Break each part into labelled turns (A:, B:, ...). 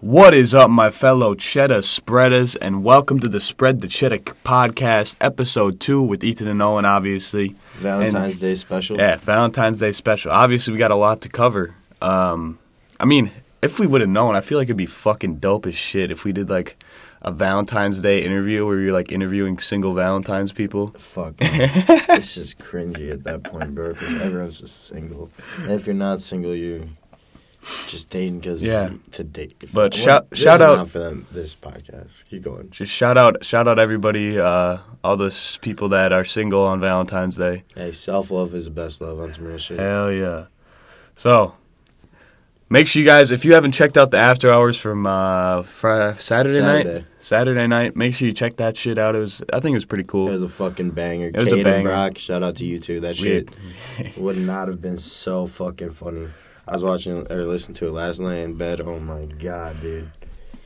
A: What is up, my fellow cheddar spreaders, and welcome to the Spread the Cheddar podcast, episode two with Ethan and Owen, obviously.
B: Valentine's Day special.
A: Yeah, Valentine's Day special. Obviously, we got a lot to cover. Um, I mean, if we would have known, I feel like it'd be fucking dope as shit if we did like a Valentine's Day interview where you're like interviewing single Valentine's people.
B: Fuck. man. it's just cringy at that point, bro, because everyone's just single. And if you're not single, you're just dating because
A: Yeah.
B: to date. If-
A: But
B: well,
A: shout-
B: this
A: shout
B: is
A: out-
B: not for them, this podcast. Keep going.
A: Just shout out, shout out everybody, uh, all those people that are single on Valentine's Day.
B: Hey, self love is the best love on some real shit.
A: Hell yeah. So, make sure you guys, if you haven't checked out the after hours from uh, Fri Saturday, night,
B: Saturday.
A: Saturday night, make sure you check that shit out. It was, I think it was pretty
B: It
A: cool.
B: was a fucking banger.
A: was a
B: Kate and
A: banger.
B: Brock, shout out to you two. That
A: We-
B: shit would not have been so fucking funny. I was watching or listening to it last night in bed. Oh my god, dude.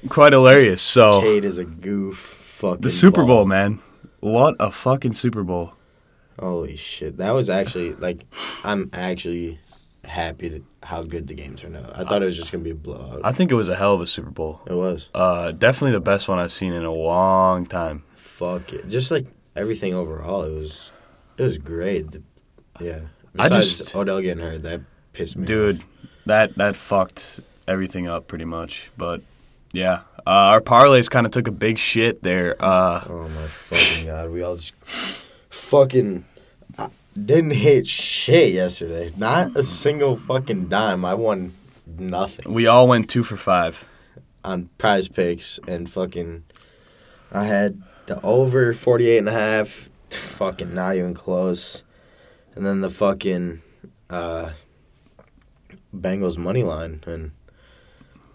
A: Quite hilarious. So,
B: Kate is a goof. Fucking
A: Oh. the Super Bowl,
B: ball.
A: man. What a fucking Super Bowl.
B: Holy shit! That was actually like, I'm actually happy that how good the game turned out. I thought it was just gonna be a blowout.
A: I think it was a hell of a Super Bowl.
B: it was.
A: Uh, definitely the best one I've seen in a long time.
B: Fuck it. Just like everything overall, it was, it was great. The- yeah.
A: I
B: Besides
A: just-
B: Odell getting hurt, that pissed me.
A: Dude,
B: off.
A: that that fucked everything up pretty much. But yeah, uh, our parlays kind of took a big shit there. Uh,
B: Oh my fucking god! We all just fucking I didn't hit shit yesterday. Not a single fucking dime. I won nothing.
A: we all went two for five.
B: on prize picks and fucking I had the over 48 and a half fucking not even close and then the fucking uh Bengals money line and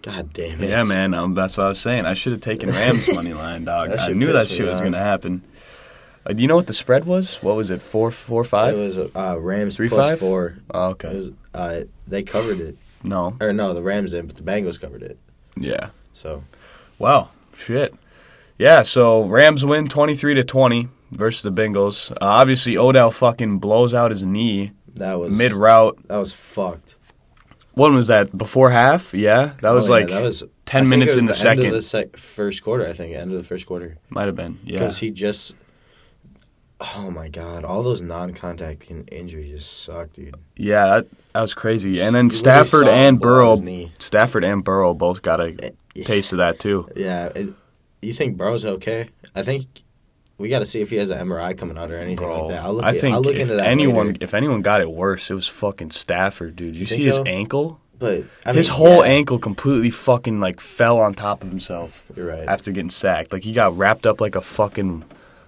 B: god damn it
A: Yeah, man, um, that's what I was saying. I should have taken Rams money line, dog.
B: That
A: I
B: shit
A: knew that
B: pissed
A: shit
B: me
A: was
B: off.
A: gonna happen. Uh, do you know what the spread was? What was it? Four, four, five?
B: it was uh Rams
A: Three,
B: plus
A: five?
B: 4
A: oh,
B: it
A: okay.
B: was uh they covered it
A: No.
B: or no the Rams didn't but the Bengals covered it
A: Yeah.
B: so
A: Wow. Shit. Yeah. So Rams win twenty three to twenty versus the Bengals. Uh, obviously, Odell fucking blows out his knee
B: that was
A: mid route.
B: that was fucked
A: When was that? Before half? Yeah. That was
B: Oh, yeah,
A: like
B: that was
A: 10
B: I think
A: minutes
B: it
A: in
B: was
A: the
B: end of
A: second.
B: the sec- first quarter I think end of the first quarter
A: might have been. Yeah.
B: because he just. Oh my God! All those non-contact in- injuries just suck, dude.
A: Yeah. That, that was crazy. And then
B: You literally saw
A: Stafford
B: him
A: and
B: blow out his
A: Burrow.
B: knee.
A: Stafford and Burrow both got
B: Eh,
A: a
B: yeah.
A: taste of that too.
B: Yeah, it, you think Burrow's okay? I think we got to see if he has an MRI coming out or anything
A: Bro,
B: like that. I'll look
A: I
B: it-
A: think
B: I'll look
A: if
B: into that
A: anyone
B: later.
A: if anyone got it worse, it was fucking Stafford, dude. You,
B: think
A: see his
B: so?
A: ankle?
B: But I
A: his
B: mean,
A: whole
B: yeah,
A: ankle completely fucking like fell on top of himself
B: You're right.
A: after getting sacked. Like he got wrapped up like a fucking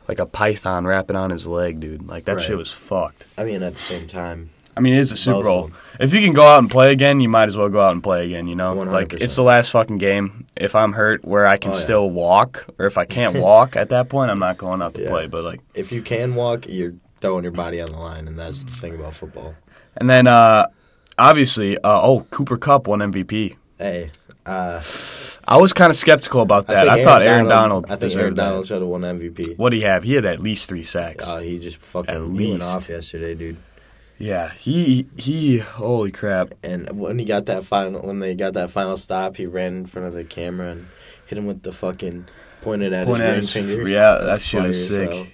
A: like a python wrapping on his leg, dude. Like that
B: Right.
A: shit was fucked.
B: I mean, at the same time,
A: I mean, it is a Super
B: Both of
A: Bowl.
B: them.
A: If you can go out and play again, you might as well go out and play again. You know, like
B: 100%.
A: it's the last fucking game. If I'm hurt, where I can
B: Oh, yeah.
A: still walk, or if I can't walk at that point, I'm not going out to
B: Yeah.
A: play. But like,
B: if you can walk, you're throwing your body on the line, and that's the thing about football.
A: and then uh obviously, uh, oh Cooper Cup won MVP.
B: Hey, uh,
A: I was kind of skeptical about that. I,
B: think
A: thought Aaron Donald,
B: I think
A: deserved
B: Aaron
A: that.
B: Donald should have won MVP.
A: What do he have? He had at least three sacks.
B: Uh, he just fucking
A: At
B: he went
A: least.
B: off yesterday, dude.
A: yeah, he he. Holy crap!
B: And when he got that final, when they got that final stop, he ran in front of the camera and hit him with the fucking pointed at
A: Pointed at
B: his ring
A: his-
B: finger.
A: yeah,
B: That's
A: that shit was
B: fire as
A: sick.
B: hell.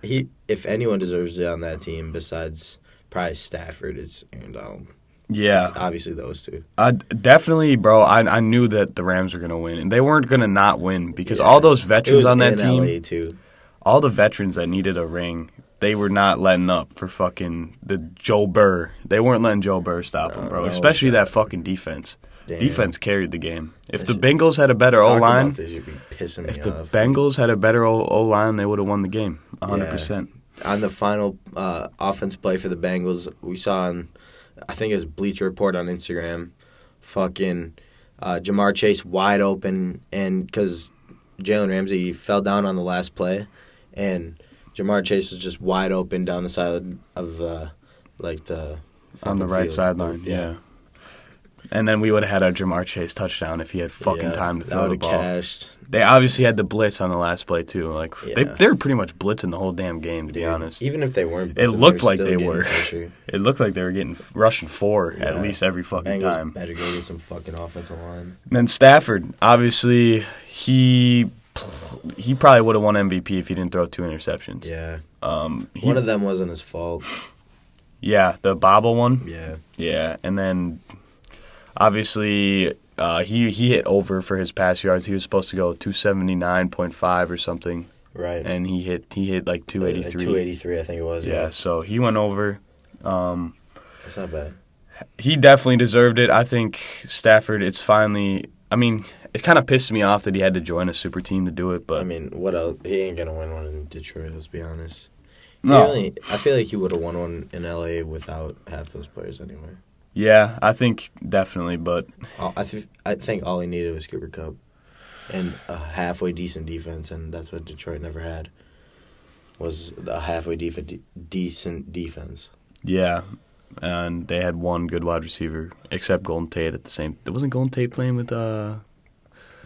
B: He, if anyone deserves it on that team besides probably Stafford, it's Aaron Donald.
A: Yeah,
B: It's obviously those two.
A: I definitely, bro. I I knew that the Rams were gonna win, and they weren't gonna not win because
B: Yeah.
A: all those
B: It was
A: veterans on that
B: in
A: team,
B: LA too.
A: all the veterans that needed a ring, they were not letting up for fucking the Joe Burr. They weren't letting Joe Burr stop them, bro.
B: no,
A: Especially
B: stop.
A: that fucking defense.
B: Damn.
A: Defense carried the game. If the
B: shit-
A: Bengals had a better O
B: Talk about uh,
A: line,
B: this, you'd be pissing me
A: if the
B: off.
A: Bengals had a better O line, they would have won the game. a hundred
B: Yeah.
A: percent.
B: on the final uh, offense play for the Bengals, we saw on, I think it was Bleacher Report on Instagram, fucking uh, Jamar Chase wide open, and because Jalen Ramsey fell down on the last play, and Jamar Chase was just wide open down the side of, of uh, like the
A: on the
B: fucking
A: right
B: field.
A: sideline. Yeah. And then we would have had our Jamar Chase touchdown if he had fucking
B: Yeah,
A: time to
B: that
A: throw the
B: would've
A: ball.
B: Cashed.
A: They obviously had the blitz on the last play too. Like they
B: Yeah.
A: they were pretty much blitzing the whole damn game to be
B: Dude,
A: honest.
B: Even if they weren't,
A: It
B: blitzing,
A: looked
B: were
A: like
B: still
A: they
B: getting
A: were.
B: pressure.
A: It looked like they were getting rushing four at
B: Yeah.
A: least every fucking
B: Bengals
A: time.
B: better go get some fucking offensive line.
A: And then Stafford, obviously he he probably would have won MVP if he didn't throw two interceptions.
B: Yeah,
A: Um, he-
B: one of them wasn't his fault.
A: yeah, the bobble one.
B: Yeah,
A: Yeah, and then obviously uh, he he hit over for his pass yards. He was supposed to go two seventy nine point five or something,
B: right. Uh,
A: and he hit he hit like two eighty
B: Two
A: three.
B: eighty three, I think it was.
A: Yeah, so he went over. Um,
B: it's not bad.
A: he definitely deserved it. I think Stafford. It's finally. I mean, it kind of pissed me off that he had to join a super team to do it, but
B: I mean, what else? He ain't gonna win one in Detroit. Let's be honest. He
A: no.
B: really- I feel like he would have won one in LA without half those players anyway.
A: Yeah, I think definitely, but
B: All- I th- I think all he needed was Cooper Cup and a halfway decent defense, and that's what Detroit never had. Was a halfway def- de- decent defense.
A: yeah. And they had one good wide receiver, except Golden Tate at the same. It wasn't Golden Tate playing with uh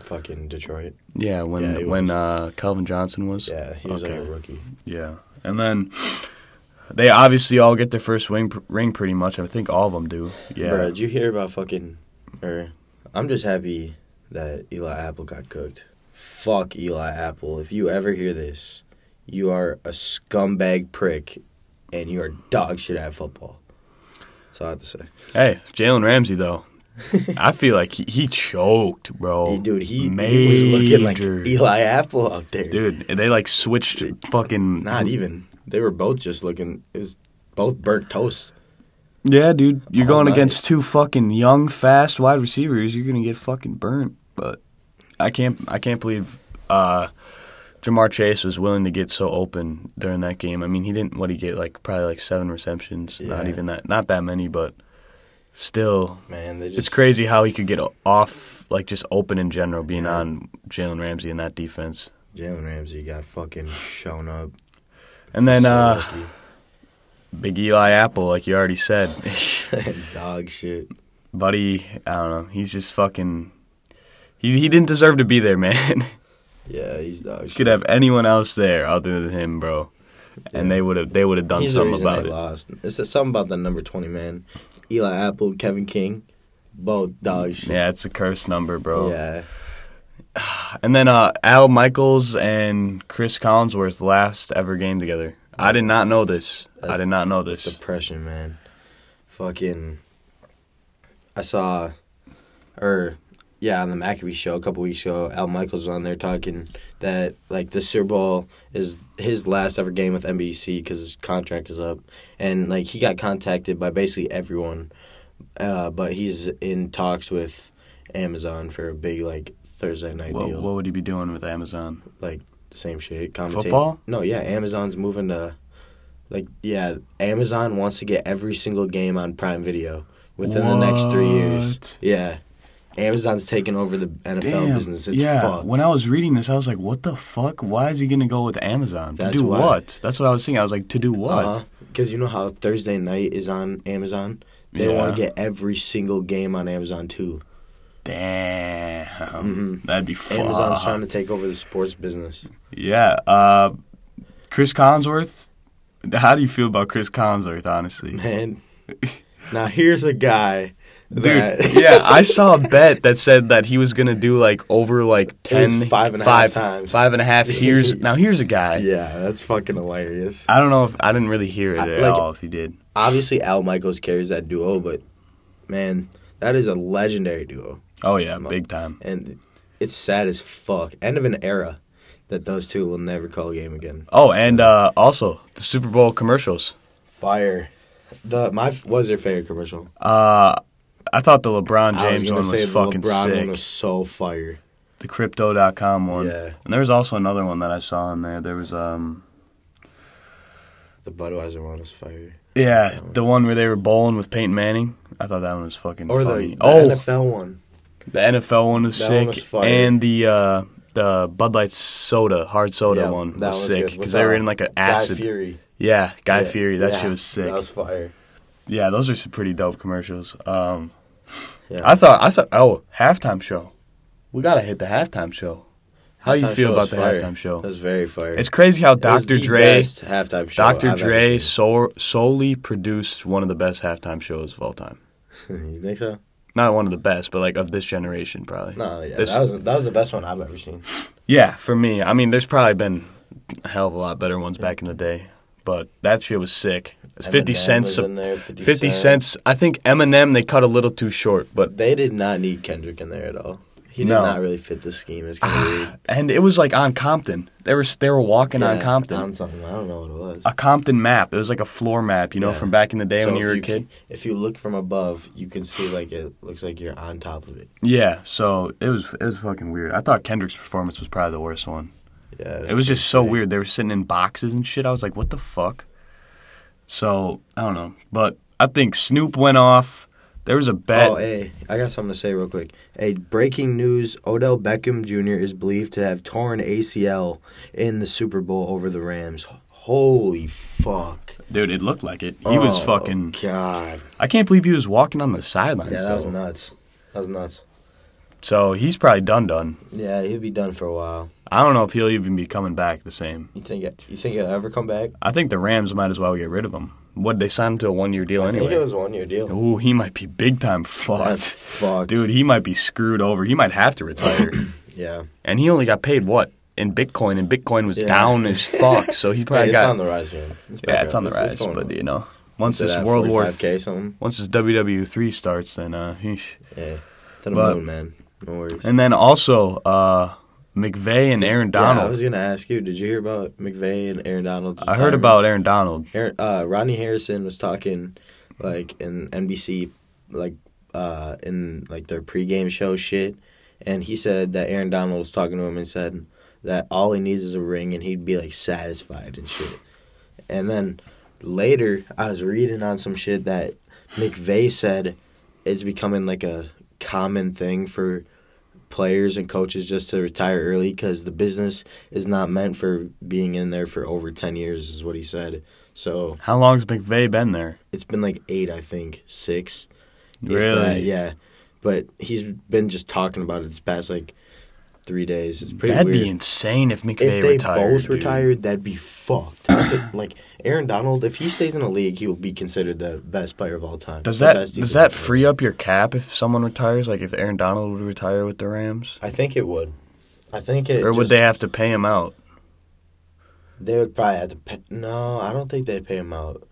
B: Fucking Detroit.
A: Yeah, when
B: Yeah, he
A: when uh, Calvin Johnson was.
B: Yeah, he was like
A: Okay.
B: a rookie.
A: Yeah. and then they obviously all get their first wing, ring pretty much. I think all of them do. Yeah,
B: Bro, did you hear about fucking? Or I'm just happy that Eli Apple got cooked. Fuck Eli Apple. If you ever hear this, you are a scumbag prick, and you are dog shit at football. That's all I have to say.
A: hey, Jalen Ramsey though. I feel like he, he choked, bro.
B: Hey, dude, he, he was looking like
A: Oh, Major.
B: Eli Apple out there.
A: Dude, they like switched fucking.
B: Not e- even. They were both just looking. It was both burnt toast.
A: Yeah, dude, you're
B: All
A: going
B: night.
A: against two fucking young, fast wide receivers. You're gonna get fucking burnt. But I can't, I can't believe uh, Jamar Chase was willing to get so open during that game. I mean, he didn't. What he get like probably like seven receptions. Not
B: Yeah.
A: even that. Not that many, but still,
B: Man, they just.
A: it's crazy how he could get o- off like just open in general, being
B: Yeah.
A: on Jalen Ramsey in that defense.
B: Jalen Ramsey got fucking shown up.
A: And then
B: So
A: uh, Big Eli Apple, like you already said,
B: lucky. dog shit.
A: buddy, I don't know. He's just fucking. He he didn't deserve to be there, man.
B: Yeah, he's dog shit.
A: Could have anyone else there other than him, bro. And
B: Yeah.
A: they would have they would have done
B: He's the
A: something
B: reason
A: about
B: they
A: it.
B: lost. It's just something about the number twenty man, Eli Apple, Kevin King, both dog shit.
A: Yeah, it's a cursed number, bro.
B: Yeah.
A: And then uh, Al Michaels and Chris Collinsworth's last ever game together. I did not know this. I
B: That's-
A: did not know
B: It's
A: this.
B: depression, man. Fucking. I saw, or yeah, on the McAfee show a couple weeks ago, Al Michaels was on there talking that like the Super Bowl is his last ever game with NBC because his contract is up, and like he got contacted by basically everyone, uh, but he's in talks with Amazon for a big like Thursday night
A: What,
B: deal,
A: what would he be doing with Amazon?
B: like same shit. Commentating.
A: Football?
B: No, yeah, Amazon's moving to like yeah, Amazon wants to get every single game on Prime Video within the next three
A: What?
B: years. Yeah. Amazon's taking over the NFL business. It's
A: yeah.
B: fucked.
A: When I was reading this, I was like, "What the fuck? Why is he gonna go with Amazon
B: That's
A: to do
B: why.
A: what?" That's what I was thinking. I was like, "To do what?"
B: Because Uh-huh. you know how Thursday night is on Amazon? They want
A: Yeah.
B: to get every single game on Amazon too.
A: Damn,
B: Mhm.
A: that'd be fucked.
B: Amazon's trying to take over the sports business.
A: Yeah, uh, Chris Collinsworth. How do you feel about Chris Collinsworth? Honestly,
B: Man. now here's a guy
A: dude.
B: that-
A: yeah, I saw a bet that said that he was gonna do like over like ten,
B: was five and a half
A: five-
B: times.
A: five and a half years. now here's a guy.
B: yeah, that's fucking hilarious.
A: I don't know if I didn't really hear it
B: I-
A: at
B: like-
A: all. If he did,
B: obviously Al Michaels carries that duo, but man, that is a legendary duo,
A: oh yeah, big time.
B: and it's sad as fuck. End of an era that those two will never call a game again.
A: Oh, and uh, also the Super Bowl commercials.
B: Fire. The my what was your favorite commercial?
A: Uh, I thought the LeBron
B: I was
A: James
B: gonna
A: one
B: say
A: was fucking
B: the LeBron
A: sick.
B: one was so fire.
A: the crypto.com one.
B: Yeah.
A: And there was also another one that I saw in there. There was um
B: The Budweiser one was fire.
A: yeah, the one where they were bowling with Peyton Manning. I thought that one was fucking
B: Or the,
A: funny.
B: the
A: oh,
B: NFL one.
A: the NFL one was
B: That
A: sick
B: one was fire.
A: and the uh the Bud Light soda, hard soda
B: Yeah,
A: one
B: that
A: was,
B: was
A: sick
B: good. With,
A: cuz they were
B: uh,
A: in like an
B: Guy
A: acid.
B: Fury.
A: Yeah, Guy
B: Yeah,
A: Fury. That
B: yeah,
A: shit was sick.
B: That was fire.
A: Yeah, those are some pretty dope commercials. Um
B: Yeah.
A: I thought I thought oh halftime show. We gotta hit the halftime show. How you
B: Halftime
A: feel
B: show
A: about
B: was
A: the
B: fire.
A: halftime show?
B: That was very fire.
A: It's crazy how
B: It was
A: Dr.
B: the
A: Dre
B: best halftime show.
A: Dr.
B: I've ever
A: Dre
B: seen.
A: sol- solely produced one of the best halftime shows of all time.
B: Mm, you think so?
A: Not one of the best, but like of this generation probably.
B: No, yeah,
A: This-
B: that was that was the best one I've ever seen.
A: Yeah, for me. I mean, there's probably been a hell of a lot better ones back in the day, but that shit was sick. It's 50
B: Eminem
A: cents
B: was
A: of-
B: in there, 50,
A: 50 cents. I think Eminem they cut a little too short, but
B: They did not need Kendrick in there at all. He did
A: No. Ah,
B: not really fit the scheme. It's kind of weird.
A: and it was like on Compton. They were they were walking on
B: Yeah,
A: Compton.
B: on something. I don't know what it was.
A: a Compton map. It was like a floor map, you know,
B: Yeah.
A: from back in the day
B: So
A: when you
B: if
A: were a
B: you
A: kid.
B: ke- If you look from above, you can see like it looks like you're on top of it.
A: Yeah, so it was it was fucking weird. I thought Kendrick's performance was probably the worst one.
B: Yeah,
A: It was just so weird. They were sitting in boxes and shit. I was like, what the fuck? So I don't know, but I think Snoop went off. There was a bet.
B: Oh, hey, I got something to say real quick. Hey, breaking news: Odell Beckham Jr. is believed to have torn ACL in the Super Bowl over the Rams. Holy fuck!
A: Dude, it looked like it. He was
B: Oh,
A: fucking.
B: God.
A: I can't believe he was walking on the sidelines.
B: Yeah, that was
A: though.
B: nuts. That was nuts.
A: So he's probably done done.
B: Yeah, he'll be done for a while.
A: I don't know if he'll even be coming back the same.
B: You think you think he'll ever come back?
A: I think the Rams might as well get rid of him. What they signed him to a one year deal
B: I think it
A: anyway?
B: was a one year deal.
A: Ooh, he might be big time
B: That's
A: fucked.
B: fucked,
A: Dude, he might be screwed over. He might have to retire.
B: Yeah,
A: and he only got paid what? In Bitcoin, and Bitcoin was
B: Yeah.
A: down as fuck. So he
B: Hey,
A: probably
B: it's
A: got
B: on the rise. Man.
A: Yeah, it's on the
B: back up.
A: rise.
B: going
A: But
B: up.
A: you know, once
B: To
A: this
B: that
A: World War
B: 45K something.
A: once this WW three starts then uh heesh.
B: Yeah, to the
A: But-
B: moon, man. No worries.
A: And then also uh McVay and Aaron
B: Yeah, I
A: Donald.
B: was gonna ask you. Did you hear about McVay and Aaron Donald?
A: I heard about Aaron Donald.
B: Aaron, uh, Rodney Harrison was talking, like in NBC, like uh, in like their pregame show shit, and he said that Aaron Donald was talking to him and said that all he needs is a ring and he'd be like satisfied and shit. And then later, I was reading on some shit that McVay said it's becoming like a common thing for players and coaches just to retire early because the business is not meant for being in there for over 10 years, is what he said. So
A: How long's McVay been there?
B: it's been like eight, I think, six. if that,
A: Really?
B: yeah. But he's been just talking about it this past like three days. It's pretty
A: That'd
B: weird
A: be insane if McVay
B: if they
A: retired.
B: both
A: dude.
B: retired, that'd be fucked. That's a, like Aaron Donald, if he stays in the league, he will be considered the best player of all time.
A: Does
B: The
A: that
B: best
A: does
B: defensive
A: that
B: player.
A: free up your cap if someone retires? Like if Aaron Donald would retire with the Rams,
B: I think it would. I think it.
A: or would
B: just-
A: they have to pay him out?
B: They would probably have to. Pay, no, I don't think they'd pay him out.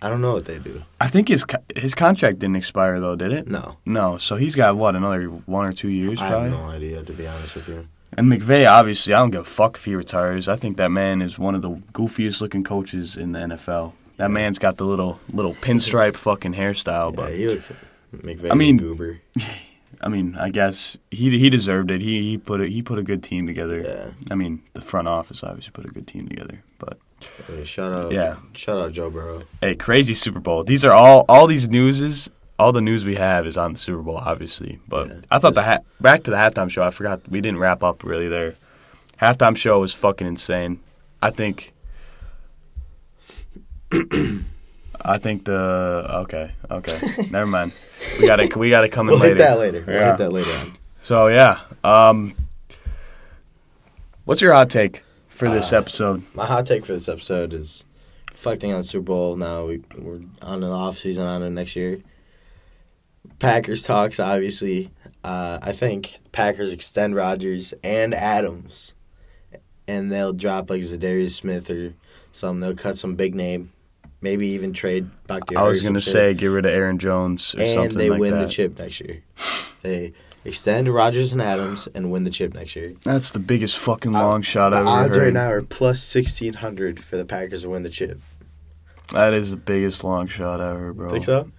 B: I don't know what they do.
A: I think his co- his contract didn't expire though, did it?
B: No,
A: No, so he's got what another one or two years
B: I
A: probably.
B: have no idea. To be honest with you,
A: And McVay, obviously, I don't give a fuck if he retires. I think that man is one of the goofiest looking coaches in the NFL. That man's got the little little pinstripe fucking hairstyle,
B: yeah,
A: but
B: he looks McVay.
A: I mean-
B: goober.
A: I mean, I guess he he deserved it. He he put a, he put a good team together.
B: Yeah,
A: I mean, the front office obviously put a good team together, but
B: I mean, shout out.
A: Yeah.
B: shout out Joe Burrow.
A: Hey, crazy Super Bowl. These are all all these news is all the news we have is on the Super Bowl, obviously. But
B: Yeah.
A: I thought the ha- back to the halftime show. I forgot we didn't wrap up really there. Halftime show was fucking insane. I think. I think the okay okay never mind. We got to we got to come in
B: We'll
A: later.
B: hit that later. We'll
A: Yeah.
B: hit that later on.
A: So yeah. Um, what's your hot take for this
B: Ah.
A: episode?
B: my hot take for this episode is reflecting on Super Bowl. Now we, we're on an off season on to next year. Packers talks obviously. Uh, I think Packers extend Rodgers and Adams, and they'll drop like Zadarius Smith or some. They'll cut some big name, maybe even trade Bakhtiari.
A: I was
B: or
A: gonna
B: some shit.
A: say get rid of Aaron Jones or
B: and
A: something
B: they
A: like
B: win
A: that.
B: the chip next year. They extend Rodgers and Adams and win the chip next year.
A: That's the biggest fucking
B: Uh,
A: long shot
B: The
A: I've
B: odds
A: ever
B: right
A: heard.
B: now are plus sixteen hundred for the Packers to win the chip.
A: that is the biggest long shot ever, bro.
B: Think so?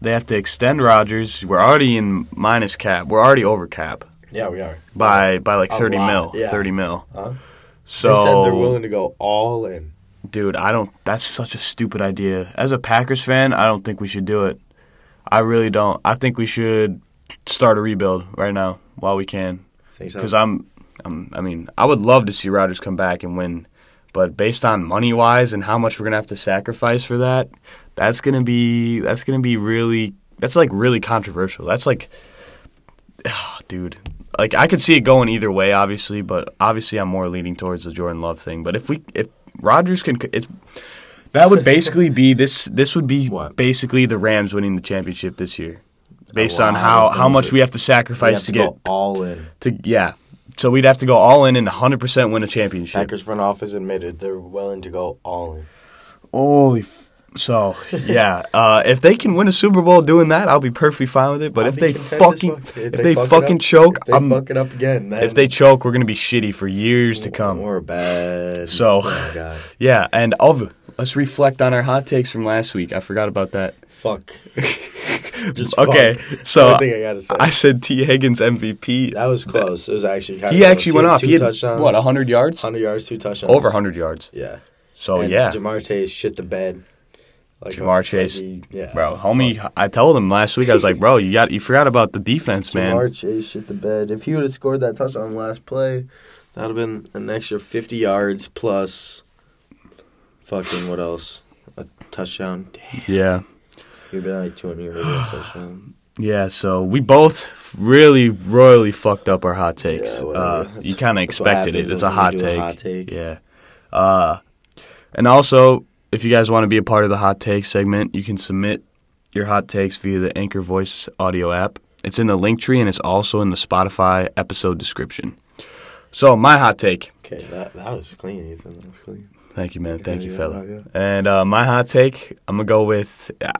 A: They have to extend Rodgers. We're already in minus cap. We're already over cap
B: Yeah, we are.
A: by by like
B: A
A: thirty
B: lot,
A: mil.
B: yeah.
A: Thirty mil.
B: Huh?
A: So
B: they said they're willing to go all in.
A: dude, I don't. That's such a stupid idea. As a Packers fan, I don't think we should do it. I really don't. I think we should start a rebuild right now while we can.
B: Think so?
A: Because I'm, I'm, I mean, I would love to see Rodgers come back and win, but based on money wise and how much we're gonna have to sacrifice for that, that's gonna be that's gonna be really That's like really controversial. That's like, ah, dude. Like I could see it going either way, obviously, but obviously I'm more leaning towards the Jordan Love thing. But if we if Rodgers can, it's that would basically be this. This would be
C: What?
A: basically the Rams winning the championship this year, based
B: Oh, wow.
A: on how how
B: Those
A: much
B: are-
A: we have to
B: We
A: sacrifice
B: have
A: to,
B: to
A: get
B: go all in.
A: to yeah. So we'd have to go all in and 100 percent win a championship.
B: Packers front office admitted they're willing to go all in.
A: Holy. F- so yeah, uh, if they can win a Super Bowl doing that, I'll be perfectly fine with it. But
B: I'll
A: if
B: be
A: they
B: content
A: fucking
B: as fuck.
A: if, they,
B: fuck it
A: fucking
B: up-
A: choke,
B: if they
A: I'm,
B: fuck it up again. Then
A: if they choke, we're gonna be shitty for years to come.
B: we're bad.
A: So-
B: oh my God.
A: Yeah, and of let's reflect on our hot takes from last week. I forgot about that.
B: fuck. Just
A: Okay,
B: fuck.
A: so
B: I think I gotta say
A: I said T Higgins MVP.
B: that was close. It was actually kind
A: he actually went off.
B: Two
A: He had
B: touchdowns,
A: what hundred yards,
B: hundred yards, two touchdowns,
A: over hundred yards.
B: Yeah.
A: So
B: And
A: yeah,
B: Jamar Chase shit the bed. Like,
A: Jamar
B: like
A: Chase,
B: he- yeah,
A: bro, homie. I told him last week. I was like, bro, you got you forgot about the defense, man.
B: Jamar Chase shit the bed. If he would have scored that touchdown last play, that'd have been an extra fifty yards plus. Fucking what else? A touchdown. Damn,
A: Yeah.
B: you've been like two hundred yards touchdown.
A: Yeah, so we both really royally fucked up our hot takes.
B: Yeah, whatever.
A: uh,
B: That's-
A: you kind of
B: that's what
A: expected it.
B: happens
A: It's a
B: when
A: hot
B: you do a
A: take.
B: hot take.
A: Yeah. Uh, and also, if you guys want to be a part of the hot take segment, you can submit your hot takes via the Anchor Voice audio app. It's in the link tree and it's also in the Spotify episode description. So, my hot take.
B: Okay, that that was clean, Ethan. That was clean.
A: Thank you, man. Thank you,
B: yeah,
A: fella.
B: yeah.
A: And uh, my hot take, I'm going to go with. Uh,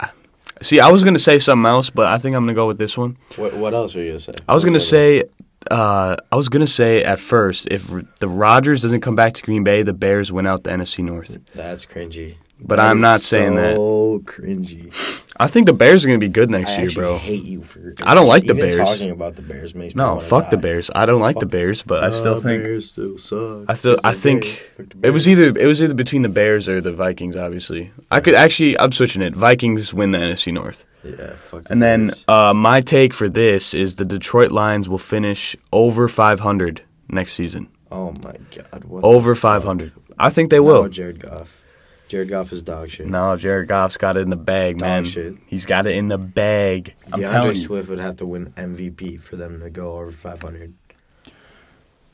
A: see, I was going to say something else, but I think I'm going to go with this one.
B: What what else were you gonna say?
A: I was
B: What
A: gonna
B: that?
A: say, uh, I was gonna say at first, if r- the Rodgers doesn't come back to Green Bay, the Bears win out the NFC North.
B: that's cringy.
A: But I'm not saying that.
B: Oh, cringy.
A: I think the Bears are gonna be good next
B: I
A: year,
B: actually
A: bro.
B: hate you for.
A: I don't like the
B: even
A: Bears.
B: Talking about the Bears makes me
A: No,
B: wanna
A: fuck the
B: die.
A: Bears. I don't like the
B: Fuck
A: Bears, but I still
B: The
A: think
B: Bears still suck.
A: I still
B: It's
A: I
B: okay.
A: think
B: Fuck the
A: it was
B: Bears.
A: either it was either between the Bears or the Vikings. Obviously, I could actually I'm switching it. Vikings win the NFC North.
B: Yeah, fuck. the
A: e- And then
B: Bears.
A: uh, my take for this is the Detroit Lions will finish over 500 next season.
B: oh my god, what
A: Over
B: the fuck?
A: 500. I think they
B: No,
A: will.
B: Jared Goff. Jared Goff is dog shit.
A: No, Jared Goff's got it in the bag,
B: Dog
A: man.
B: shit.
A: He's got it in the bag. I'm telling
B: DeAndre
A: you,
B: Swift would have to win MVP for them to go over 500.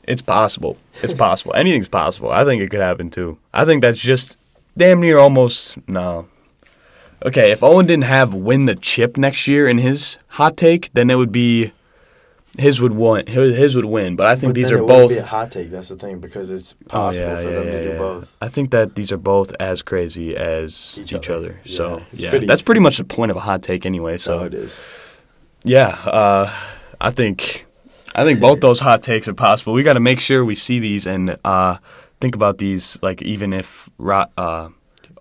A: it's possible. It's possible. Anything's possible. I think it could happen too. I think that's just damn near almost no. Okay, if Owen didn't have win the chip next year in his hot take, then it would be his would win. His his would win, but I think
B: But
A: these
B: then
A: are
B: it wouldn't
A: both
B: Be a hot take. That's the thing because it's
A: Oh,
B: possible
A: yeah,
B: for
A: yeah,
B: them
A: yeah,
B: to do
A: yeah.
B: both.
A: I think that these are both as crazy as each,
B: Each
A: other.
B: other.
A: So
B: Yeah, it's
A: yeah,
B: pretty-
A: that's pretty much the point of a hot take anyway. So
B: So it is.
A: Yeah, uh, I think I think both those hot takes are possible. We got to make sure we see these and uh, think about these. Like even if Ro- uh,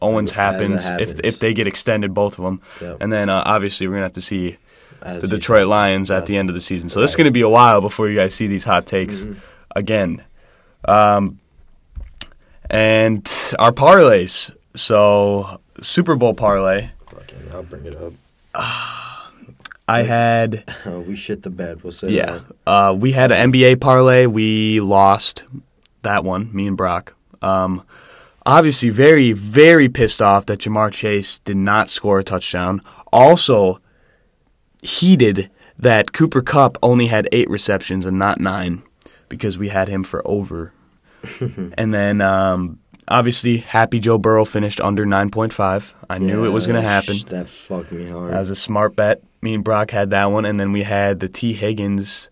A: Owens
B: As it
A: happens,
B: happens.
A: if if they get extended, both of them,
B: Yep.
A: and then uh, obviously we're gonna have to see
B: As
A: the
B: you-
A: Detroit Lions at the end of the season. So this is
B: Right. Mm-hmm.
A: gonna be a while before you guys see these hot takes again. Um, and our parlays. So Super Bowl parlay.
B: Fucking, I'll bring it up.
A: I had
B: we shit the bed. We'll say.
A: Yeah.
B: that.
A: Uh, we had an NBA parlay. We lost that one, me and Brock. Um, obviously, very, very pissed off that Jamar Chase did not score a touchdown. Also, heated that Cooper Cup only had eight receptions and not nine because we had him for over. and then, um, obviously, happy Joe Burrow finished under 9.5. I knew it was
B: Yeah,
A: going to
B: that
A: happen.
B: sh- That fucked me hard.
A: That was a smart bet. Me and Brock had that one, and then we had the T. Higgins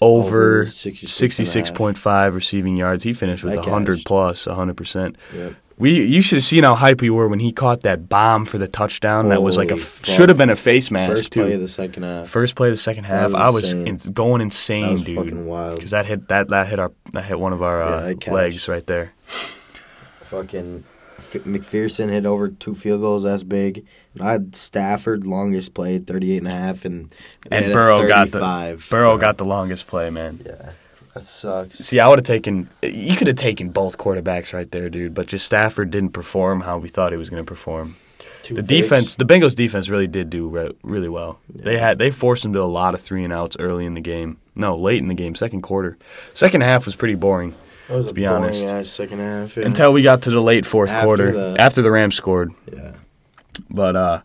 A: over
B: Over 66
A: sixty-six point five receiving yards. He finished with
B: That
A: hundred
B: cashed.
A: plus, hundred percent.
B: Yep.
A: We you should have seen how hype we were when he caught that bomb for the touchdown. that was like a
B: Holy
A: f-
B: fuck.
A: should have been a face mask
B: First
A: too.
B: play of the second half.
A: First play of the second half,
B: was
A: I was in,
B: insane.
A: going insane,
B: That was
A: dude.
B: fucking wild.
A: Because that hit that that hit our that hit one of our
B: Yeah,
A: uh,
B: that cashed.
A: legs right there.
B: Fucking F- McPherson hit over two field goals. That's big. And I had Stafford longest play, 38 and a half, and they
A: And
B: had a
A: Burrow got the
B: 35.
A: Burrow got the longest play, man.
B: Yeah, that sucks.
A: See, I would have taken. You could have taken both quarterbacks right there, dude. But just Stafford didn't perform how we thought he was going to perform.
B: Two
A: The
B: picks.
A: defense, the Bengals defense, really did do re- really well. They had they forced him to a lot of three and outs early in the game. No, late in the game, second quarter, second half was pretty boring
B: That was
A: to
B: a
A: be
B: boring
A: honest.
B: ass second half. yeah.
A: until we got to the late fourth
B: After
A: quarter
B: the-
A: after the Rams scored.
B: yeah,
A: But uh,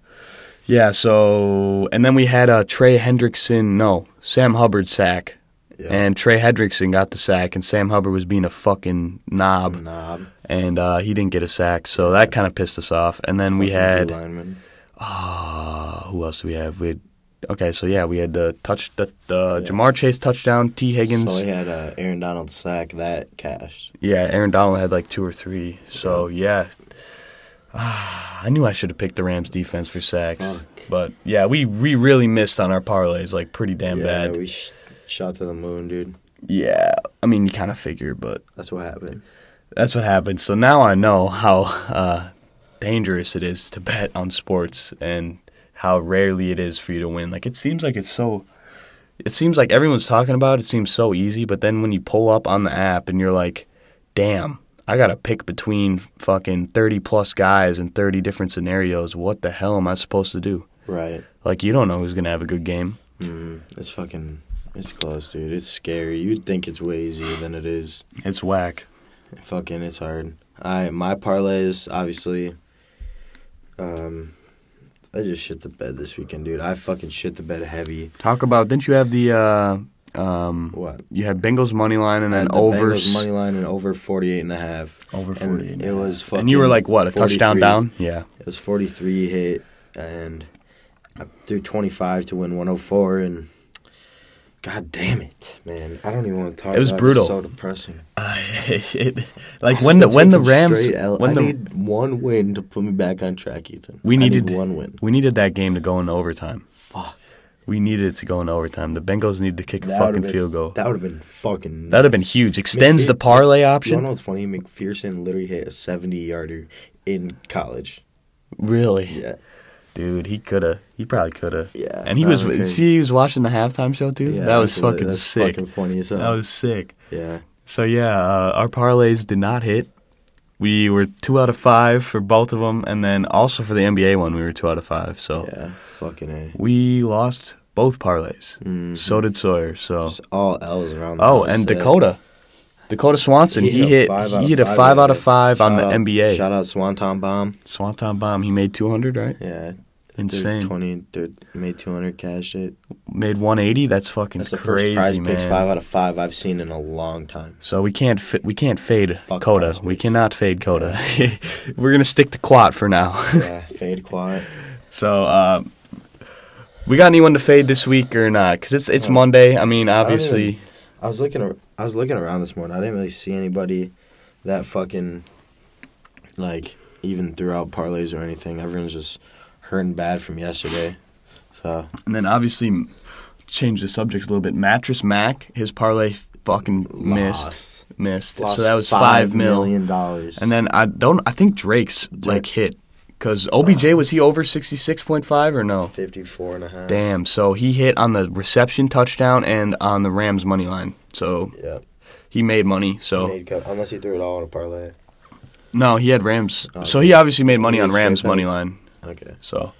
A: Yeah, so and then we had uh, Trey Hendrickson, no, Sam Hubbard sack.
B: Yeah.
A: And Trey Hendrickson got the sack and Sam Hubbard was being a fucking knob
B: Knob.
A: and uh, he didn't get a sack, so that kind of pissed us off. And then we
B: Fucking
A: had
B: D lineman.
A: uh, who else do we have? We had Okay, so yeah, we had the touch the, the Jamar Chase touchdown, T Higgins.
B: So he had uh, Aaron Donald sack that cashed.
A: Yeah, Aaron Donald had like two or three. So yeah, I knew I should have picked the Rams defense for sacks,
B: Fuck.
A: but yeah, we we really missed on our parlays, like pretty damn
B: yeah,
A: bad.
B: we sh- shot to the moon, dude.
A: yeah, I mean you kind of figure, but
B: That's what happened.
A: that's what happened. So now I know how uh, dangerous it is to bet on sports and how rarely it is for you to win. Like it seems like it's so. It seems like everyone's talking about it. it seems so easy, but then when you pull up on the app and you're like, "Damn, I got to pick between fucking 30 plus guys in 30 different scenarios. What the hell am I supposed to do?"
B: Right.
A: Like you don't know who's going to have a good game.
B: Mm, it's fucking. It's close, dude. It's scary. You'd think it's way easier than it is.
A: It's whack.
B: Fucking, it's hard. I my parlays obviously. Um, I just shit the bed this weekend, dude. I fucking shit the bed heavy.
A: Talk about didn't you have the uh um
B: What?
A: you had Bengals money line and
B: I
A: then
B: had the
A: over
B: Bengals money line and over 48 and a half.
A: Over
B: And
A: 40.
B: it was fucking
A: and you were like, what, a
B: 43.
A: touchdown down? Yeah.
B: It was 43 hit and I threw 25 to win 104 and god damn it, man. I don't even want to talk
A: It was
B: about
A: brutal.
B: It's so depressing.
A: like
B: I
A: when the
B: should've
A: when the
B: taken
A: Rams
B: straight L.
A: when
B: I
A: the,
B: need one win to put me back on track, Ethan.
A: we
B: I need
A: needed
B: one win.
A: We needed that game to go into overtime.
B: Fuck.
A: We needed it to go into overtime. The Bengals needed to kick a
B: That would've
A: fucking
B: been-
A: field goal.
B: That would have been fucking
A: That would have been
B: nuts.
A: huge. Extends the
B: McPherson-
A: parlay
B: You wanna know
A: option.
B: what's funny? McPherson literally hit a 70 yarder in college.
A: Really,
B: Yeah.
A: dude, he coulda. He probably coulda.
B: Yeah,
A: and he
B: that
A: was.
B: would've been-
A: See, he was watching the halftime show too.
B: yeah
A: that was
B: that's lit.
A: fucking
B: That's
A: sick.
B: fucking funny as hell.
A: that was sick.
B: yeah.
A: So yeah, uh, our parlays did not hit. We were two out of five for both of them, and then also for the NBA one, we were two out of five. So
B: Yeah. Fucking A.
A: we lost both parlays.
B: Mhm.
A: So did Sawyer. So
B: Just all L's around. the
A: oh,
B: house,
A: and
B: yeah.
A: Dakota, Dakota Swanson, he hit
B: five out
A: he hit
B: of
A: a five out of five on
B: Shout
A: the
B: out-
A: NBA.
B: Shout out Swanton Bomb.
A: Swanton bomb. He made two hundred, right?
B: Yeah.
A: Insane.
B: They're Twenty, they're- made two hundred cash it.
A: Made one eighty. That's fucking
B: That's the
A: crazy,
B: first prize
A: man.
B: picks five out of five I've seen in a long time.
A: So we can't fi- we can't fade
B: Fuck
A: Coda.
B: Prize
A: We
B: Picks.
A: cannot fade Coda. We're gonna stick to Quat for now.
B: Yeah, fade quiet.
A: So, uh, we got anyone to fade this week or not? Because it's it's
B: No.
A: Monday. I mean,
B: Uh, I don't
A: obviously,
B: even- I was looking. ar- I was looking around this morning. I didn't really see anybody that fucking like even threw out parlays or anything. Everyone's just hurting bad from yesterday. So
A: and then obviously, m- change the subject a little bit. Mattress Mac, his parlay fucking missed,
B: lost.
A: missed.
B: Lost
A: so that was
B: five
A: five mil.
B: million dollars.
A: And then I don't. I think Drake's like hit because OBJ was he over sixty six point five or no?
B: fifty four and a half.
A: Damn. So he hit on the reception touchdown and on the Rams money line. So
B: Yeah.
A: he made money. So
B: Made cup, unless he threw it all in a parlay.
A: no, he had Rams.
B: Oh,
A: so
B: okay.
A: he obviously made money
B: He
A: on
B: made straight
A: Rams money
B: bets.
A: line.
B: Okay.
A: So,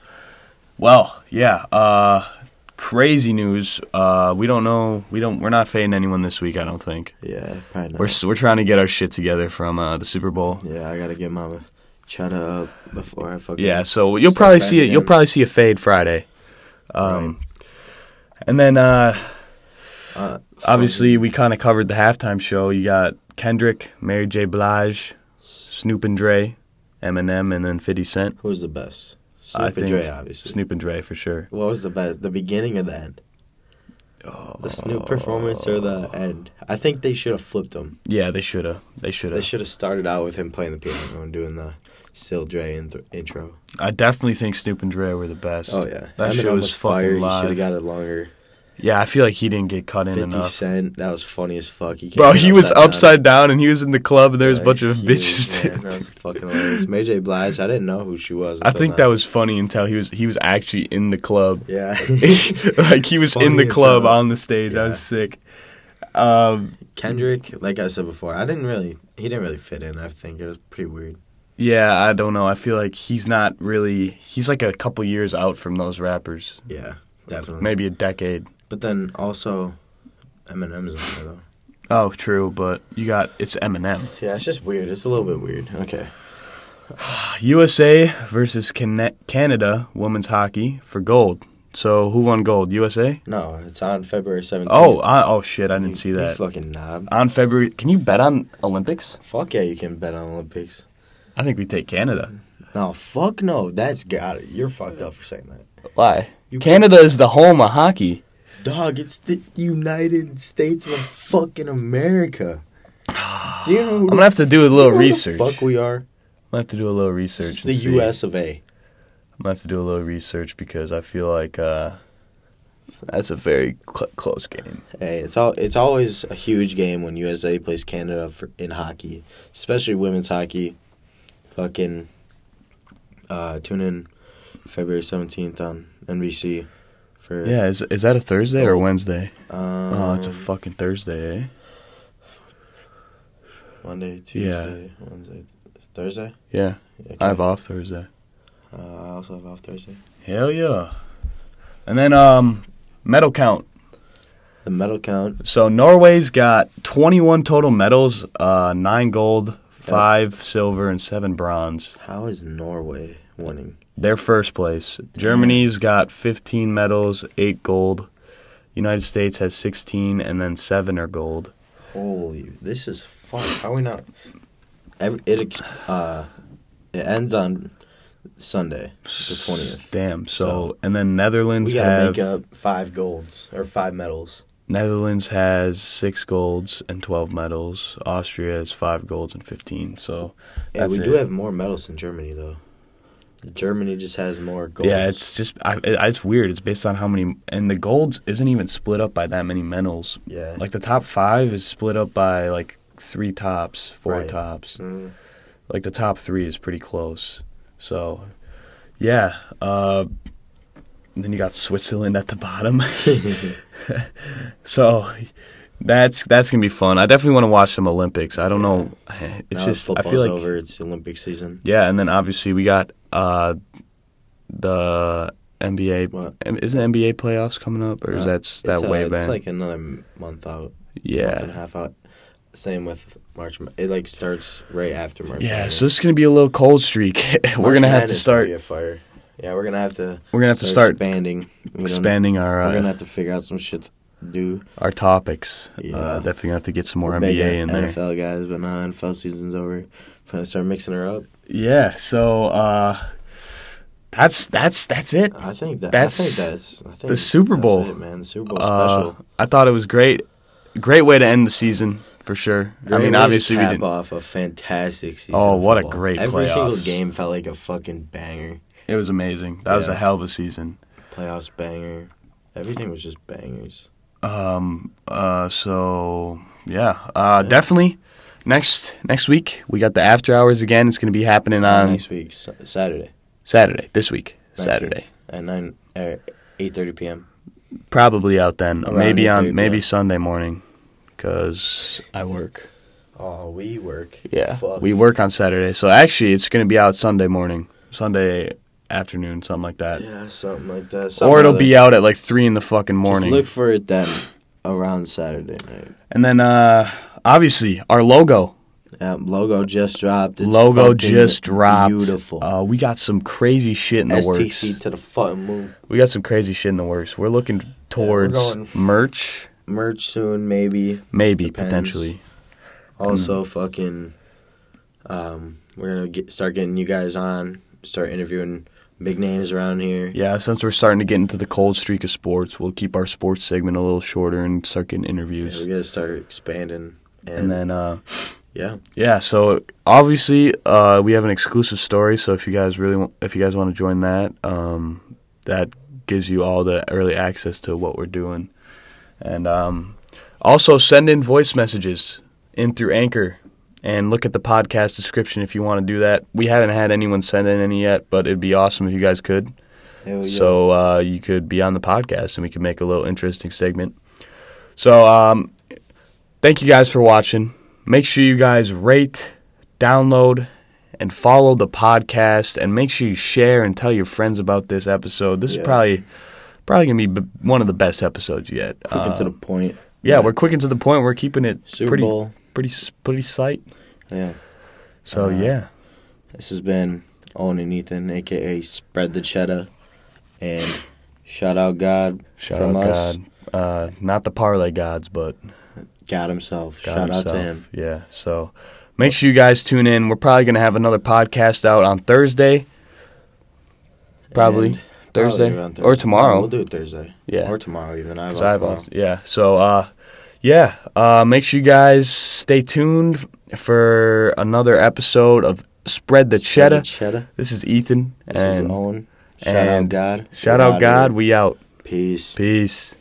A: well, yeah, uh, crazy news. Uh, we don't know. We don't. We're not fading anyone this week. I don't think.
B: Yeah, probably not.
A: We're s- we're trying to get our shit together from uh, the Super Bowl.
B: yeah, I gotta get my cheddar up before I fucking.
A: Yeah, so you'll probably see it. You'll probably see a fade Friday. Um, and then uh,
B: Uh,
A: obviously we kind of covered the halftime show. You got Kendrick, Mary J. Blige, Snoop and Dre, Eminem, and then Fifty Cent.
B: who's the best? Snoop
A: I
B: and
A: think
B: Dre, obviously.
A: Snoop and Dre for sure.
B: What was the best? The beginning or the end? The
A: Oh.
B: Snoop performance or the end? I think they should have flipped them.
A: Yeah, they should have. They should
B: They
A: have.
B: should have started out with him playing the piano and doing the Still Dre in- intro.
A: I definitely think Snoop and Dre were the best.
B: Oh yeah,
A: that shit was fucking
B: He should
A: live.
B: have got it longer.
A: yeah, I feel like he didn't get cut in
B: Fifty
A: enough.
B: Cent, that was funny as fuck. He
A: Bro,
B: came
A: he was upside down and he was in the club and there was a
B: Yeah,
A: bunch of bitches.
B: he was- yeah, that was fucking hilarious. Mary J. Blige, I didn't know who she was.
A: I
B: until
A: think that
B: now.
A: was funny until he was he was actually in the club.
B: Yeah.
A: like he was in
B: Funny
A: the
B: as
A: club
B: hell.
A: on the stage. That was sick. Um,
B: Kendrick, like I said before, I didn't really. He didn't really fit in. I think it was pretty weird.
A: yeah, I don't know. I feel like he's not really he's like a couple years out from those rappers.
B: Yeah, definitely.
A: Maybe a decade.
B: But then also, Eminem's on there though.
A: Oh, true, but you got it's Eminem.
B: Yeah, it's just weird. It's a little bit weird. Okay.
A: USA versus Can- Canada women's hockey for gold. So who won gold? USA.
B: No, it's on February 17th.
A: Oh, I, oh shit! I didn't see
B: You
A: that.
B: fucking knob.
A: On February, can you bet on Olympics?
B: Fuck yeah, you can bet on Olympics.
A: I think we take Canada.
B: No, fuck no. That's got it. You're fucked up for saying that.
A: Why?
B: You-
A: Canada is the home of hockey.
B: Dog, it's the United States of fucking America. Do you know who
A: I'm gonna have to do a little
B: who the
A: research.
B: fuck we are?
A: I'm gonna have to do a little
B: It's
A: research.
B: the
A: and see.
B: U.S. of A.
A: I'm gonna have to do a little research because I feel like uh, that's a very cl- close game.
B: Hey, it's all it's always a huge game when USA plays Canada for, in hockey, especially women's hockey. Fucking uh, tune in February seventeenth on NBC for
A: Yeah, is is that a Thursday or Wednesday?
B: Um,
A: oh, it's a fucking Thursday. Eh?
B: Monday,
A: Yeah.
B: Tuesday, Wednesday, Thursday.
A: Yeah,
B: Okay.
A: I have off Thursday.
B: Uh, I also have off Thursday.
A: Hell yeah. And then um medal count.
B: The medal count.
A: So Norway's got 21 total medals, uh 9 gold, 5 silver and 7 bronze.
B: How is Norway winning?
A: They're first place. Germany's got 15 medals, 8 gold. United States has 16 and then 7 are gold.
B: Holy, this is fun. How are we not? Every, it ex- uh, it ends on Sunday, the twentieth.
A: Damn. So,
B: So-
A: and then
B: We
A: Netherlands
B: gotta
A: have
B: make up five golds or five medals.
A: Netherlands has 6 golds and 12 medals. Austria has 5 golds and 15. So
B: Yeah,
A: that's
B: we
A: it.
B: do have more medals in Germany though. Germany just has more golds.
A: Yeah, it's just I, it, it's weird. It's based on how many, and the golds isn't even split up by that many medals.
B: yeah.
A: Like the top five is split up by like three tops, four
B: Right.
A: tops.
B: Mm.
A: Like the top three is pretty close. So, yeah. Uh, then you got Switzerland at the bottom. so that's that's gonna be fun. I definitely want to watch some Olympics. I don't know. It's
B: now
A: just I
B: football's
A: feel like
B: over. It's Olympic season.
A: yeah, and then obviously we got uh, the NBA.
B: What?
A: M- Is the NBA playoffs coming up, or
B: Uh,
A: is that's that
B: it's, uh,
A: way back?
B: It's like another m- month out, month and a
A: yeah,
B: half out. Same with March. Ma- It like starts right after March.
A: yeah.
B: Madness.
A: So this is gonna be a little cold streak. we're
B: March
A: gonna have to
B: Madness
A: start.
B: Be a fire. Yeah, we're gonna have to.
A: We're gonna have to start
B: expanding. We don't-
A: expanding our
B: We're
A: uh,
B: gonna have to figure out some shit to do.
A: our topics. Uh,
B: Yeah.
A: definitely gonna have to get some more
B: Big
A: NBA in there.
B: NFL guys, but now NFL season's over. Gonna start mixing her up.
A: Yeah. So uh, that's that's that's it.
B: I think that.
A: That's
B: I think that's. I think
A: the Super
B: that's
A: Bowl.
B: it, man. The Super Bowl
A: Uh,
B: Oh, special.
A: I thought it was great. Great way to end the season for sure. I
B: Great way
A: mean,
B: to
A: obviously we
B: cap
A: didn't.
B: off a fantastic season.
A: Oh,
B: of
A: what a
B: football.
A: great
B: Every single
A: playoffs.
B: game felt like a fucking banger.
A: It was amazing. That was a
B: Yeah.
A: hell of a season.
B: Playoffs banger. Everything was just bangers.
A: Um. Uh. So yeah. Uh. Definitely. Next next week we got the after hours again. It's going to be happening on
B: next week, S- Saturday.
A: Saturday. This week.
B: 19th,
A: Saturday.
B: at nine, er, eight thirty p.m.
A: Probably out then.
B: Around
A: maybe on
B: 8:30,
A: maybe
B: yeah.
A: Sunday morning, because I work.
B: Oh, we work.
A: Yeah.
B: Fuck.
A: We work on Saturday, so actually it's going to be out Sunday morning, Sunday afternoon, something like that.
B: Yeah, something like that.
A: or
B: Something
A: it'll
B: other-
A: be out at like three in the fucking morning.
B: Just look for it then around Saturday night.
A: and then uh obviously our logo.
B: Yeah, logo just dropped. It's
A: logo
B: fucking
A: just dropped.
B: Beautiful.
A: Uh, we got some crazy shit in the works.
B: STC to the fucking moon.
A: We got some crazy shit in the works. We're looking towards
B: going-
A: merch,
B: Merch soon, maybe.
A: maybe
B: Depends.
A: potentially.
B: Also, fucking. Um, we're gonna get start getting you guys on. Start interviewing big names around here.
A: Yeah, since we're starting to get into the cold streak of sports, we'll keep our sports segment a little shorter and start getting
B: Yeah, we
A: interviews.
B: gotta start expanding. And,
A: And then, uh,
B: yeah,
A: yeah. So obviously, uh, we have an exclusive story. So if you guys really, want, if you guys want to join that, um, that gives you all the early access to what we're doing. And um, also send in voice messages in through Anchor and look at the podcast description if you want to do that. We haven't had anyone send in any yet, but it'd be awesome if you guys could.
B: Hell Oh, yeah.
A: So uh, you could be on the podcast and we could make a little interesting segment. So um, thank you guys for watching. Make sure you guys rate, download, and follow the podcast, and make sure you share and tell your friends about this episode. This
B: Yeah.
A: is probably probably gonna be b- one of the best episodes yet.
B: quick and
A: Uh,
B: to the point.
A: yeah, we're quick and to the point. We're keeping it
B: Super
A: pretty
B: Bowl.
A: pretty s- pretty slight.
B: Yeah.
A: So
B: Uh,
A: yeah,
B: This has been Owen and Ethan, aka Spread the Cheddar, and shout out God
A: Shout
B: from
A: out
B: us.
A: God. Uh, not the parlay gods, but
B: God himself.
A: God
B: shout out
A: himself.
B: to him.
A: Yeah. So make sure you guys tune in. We're probably gonna have another podcast out on Thursday. Probably
B: And
A: Thursday,
B: probably around
A: or
B: Thursday. No,
A: tomorrow.
B: we'll do it Thursday.
A: Yeah.
B: Or tomorrow even. I have
A: Because
B: off
A: I've
B: tomorrow.
A: off- Yeah. So, uh, yeah, uh, make sure you guys stay tuned for another episode of Spread the
B: Spread
A: Cheddar.
B: Cheddar.
A: This is Ethan.
B: This is
A: and
B: Owen. Shout out
A: and
B: God.
A: shout out
B: Rodney.
A: God. We out.
B: Peace.
A: Peace.